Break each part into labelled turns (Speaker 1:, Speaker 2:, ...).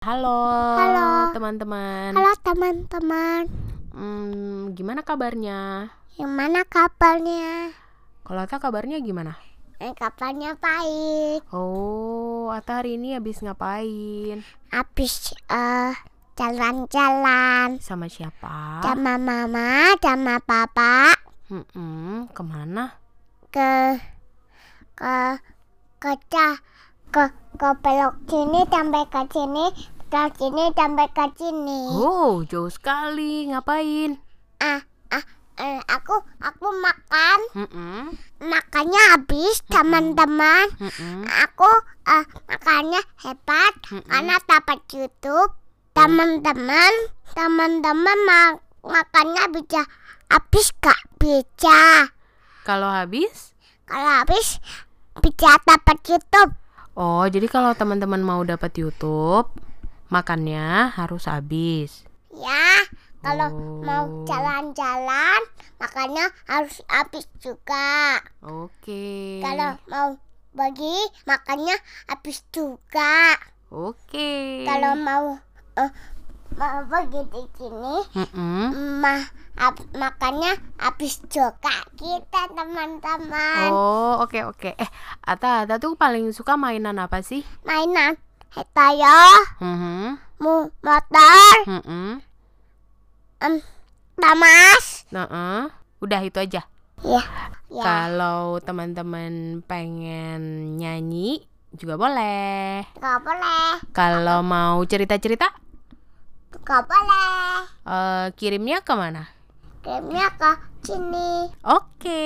Speaker 1: Halo,
Speaker 2: Halo.
Speaker 1: teman-teman.
Speaker 2: Halo teman-teman,
Speaker 1: Hmm, gimana kabarnya?
Speaker 2: gimana kabarnya?
Speaker 1: Kalau Ata kabarnya gimana?
Speaker 2: Eh, kabarnya baik.
Speaker 1: Oh, Ata hari ini habis ngapain?
Speaker 2: Habis eh, jalan-jalan
Speaker 1: Sama siapa?
Speaker 2: sama mama, sama papa
Speaker 1: Mm-mm, kemana?
Speaker 2: ke ke ke ca- ke ke pelok sini sampai ke sini, pelok sini sampai ke sini.
Speaker 1: Oh, jauh sekali. Ngapain?
Speaker 2: Ah ah eh, aku aku makan,
Speaker 1: Mm-mm,
Speaker 2: makannya habis teman-teman.
Speaker 1: mm-mm,
Speaker 2: Aku eh, makannya hebat.
Speaker 1: mm-mm.
Speaker 2: karena dapat YouTube teman-teman teman-teman ma- makannya bisa habis gak bisa
Speaker 1: Kalau habis?
Speaker 2: kalau habis bisa dapat YouTube
Speaker 1: Oh, jadi kalau teman-teman mau dapat YouTube, makannya harus habis.
Speaker 2: ya kalau
Speaker 1: Oh.
Speaker 2: mau jalan-jalan makannya harus habis juga
Speaker 1: Oke.
Speaker 2: kalau mau bagi makannya habis juga
Speaker 1: Oke.
Speaker 2: kalau mau eh, mau pergi di sini
Speaker 1: Mm-mm.
Speaker 2: Ma, ap- makannya habis juga kita teman-teman
Speaker 1: Oh, oke oke. Eh, Ata, Ata tuh paling suka mainan apa sih?
Speaker 2: mainan hetayo
Speaker 1: Hmm,
Speaker 2: mu motor
Speaker 1: hmm,
Speaker 2: tamas
Speaker 1: Udah itu aja.
Speaker 2: ya ya
Speaker 1: Kalau teman-teman pengen nyanyi juga boleh.
Speaker 2: nggak boleh
Speaker 1: Kalau mau cerita-cerita,
Speaker 2: nggak boleh
Speaker 1: eh, kirimnya kemana?
Speaker 2: kirimnya ke sini
Speaker 1: Oke.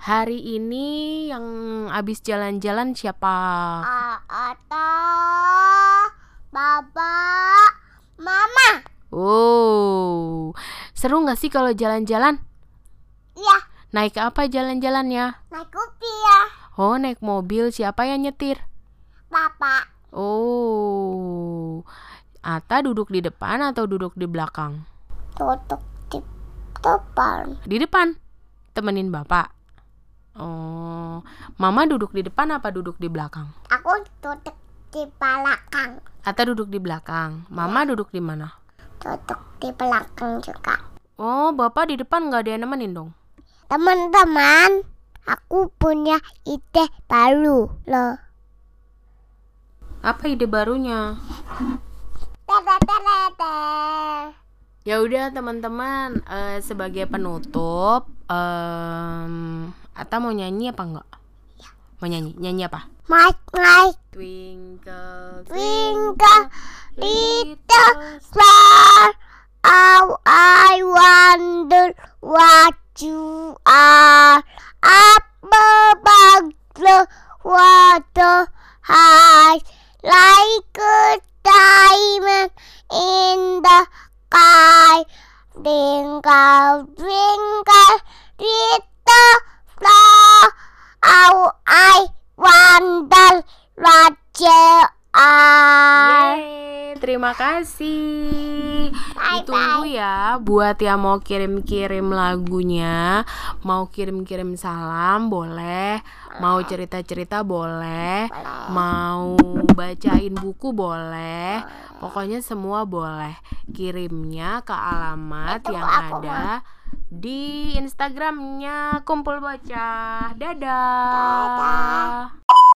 Speaker 1: Hari ini yang abis jalan-jalan siapa?
Speaker 2: A- atau baba mama
Speaker 1: Oh, seru nggak sih kalau jalan-jalan?
Speaker 2: ya
Speaker 1: Naik apa jalan-jalannya?
Speaker 2: naik kupi ya
Speaker 1: Oh, naik mobil. Siapa yang nyetir?
Speaker 2: bapak
Speaker 1: Oh, Ata duduk di depan atau duduk di belakang?
Speaker 2: tutup di depan
Speaker 1: Di depan, temenin bapak. Oh, Mama duduk di depan apa duduk di belakang?
Speaker 2: aku tutup di belakang
Speaker 1: Ata duduk di belakang, Mama duduk di mana?
Speaker 2: tutup di belakang juga
Speaker 1: Oh, bapak di depan nggak ada yang nemenin dong.
Speaker 2: Teman-teman, aku punya ide baru loh.
Speaker 1: Apa ide barunya?
Speaker 2: Tadadadada.
Speaker 1: Ya udah teman-teman, eh, sebagai penutup, em, Ata mau nyanyi apa enggak? Mau nyanyi, nyanyi apa?
Speaker 2: My my
Speaker 1: Twinkle,
Speaker 2: twinkle little star, how I wonder what you are. Up above the water high, like a diamond in the sky. Twinkle, twinkle, little star, how I wonder what you are.
Speaker 1: Yeay, terima kasih.
Speaker 2: Bye-bye.
Speaker 1: Ditunggu ya buat yang mau kirim-kirim lagunya, mau kirim-kirim salam boleh,
Speaker 2: Ah.
Speaker 1: mau cerita-cerita boleh, mau bacain buku boleh. Pokoknya semua boleh. Kirimnya ke alamat
Speaker 2: Itu
Speaker 1: yang
Speaker 2: aku,
Speaker 1: ada di Instagramnya Kumpul Bocah. Dadah.
Speaker 2: Dadah.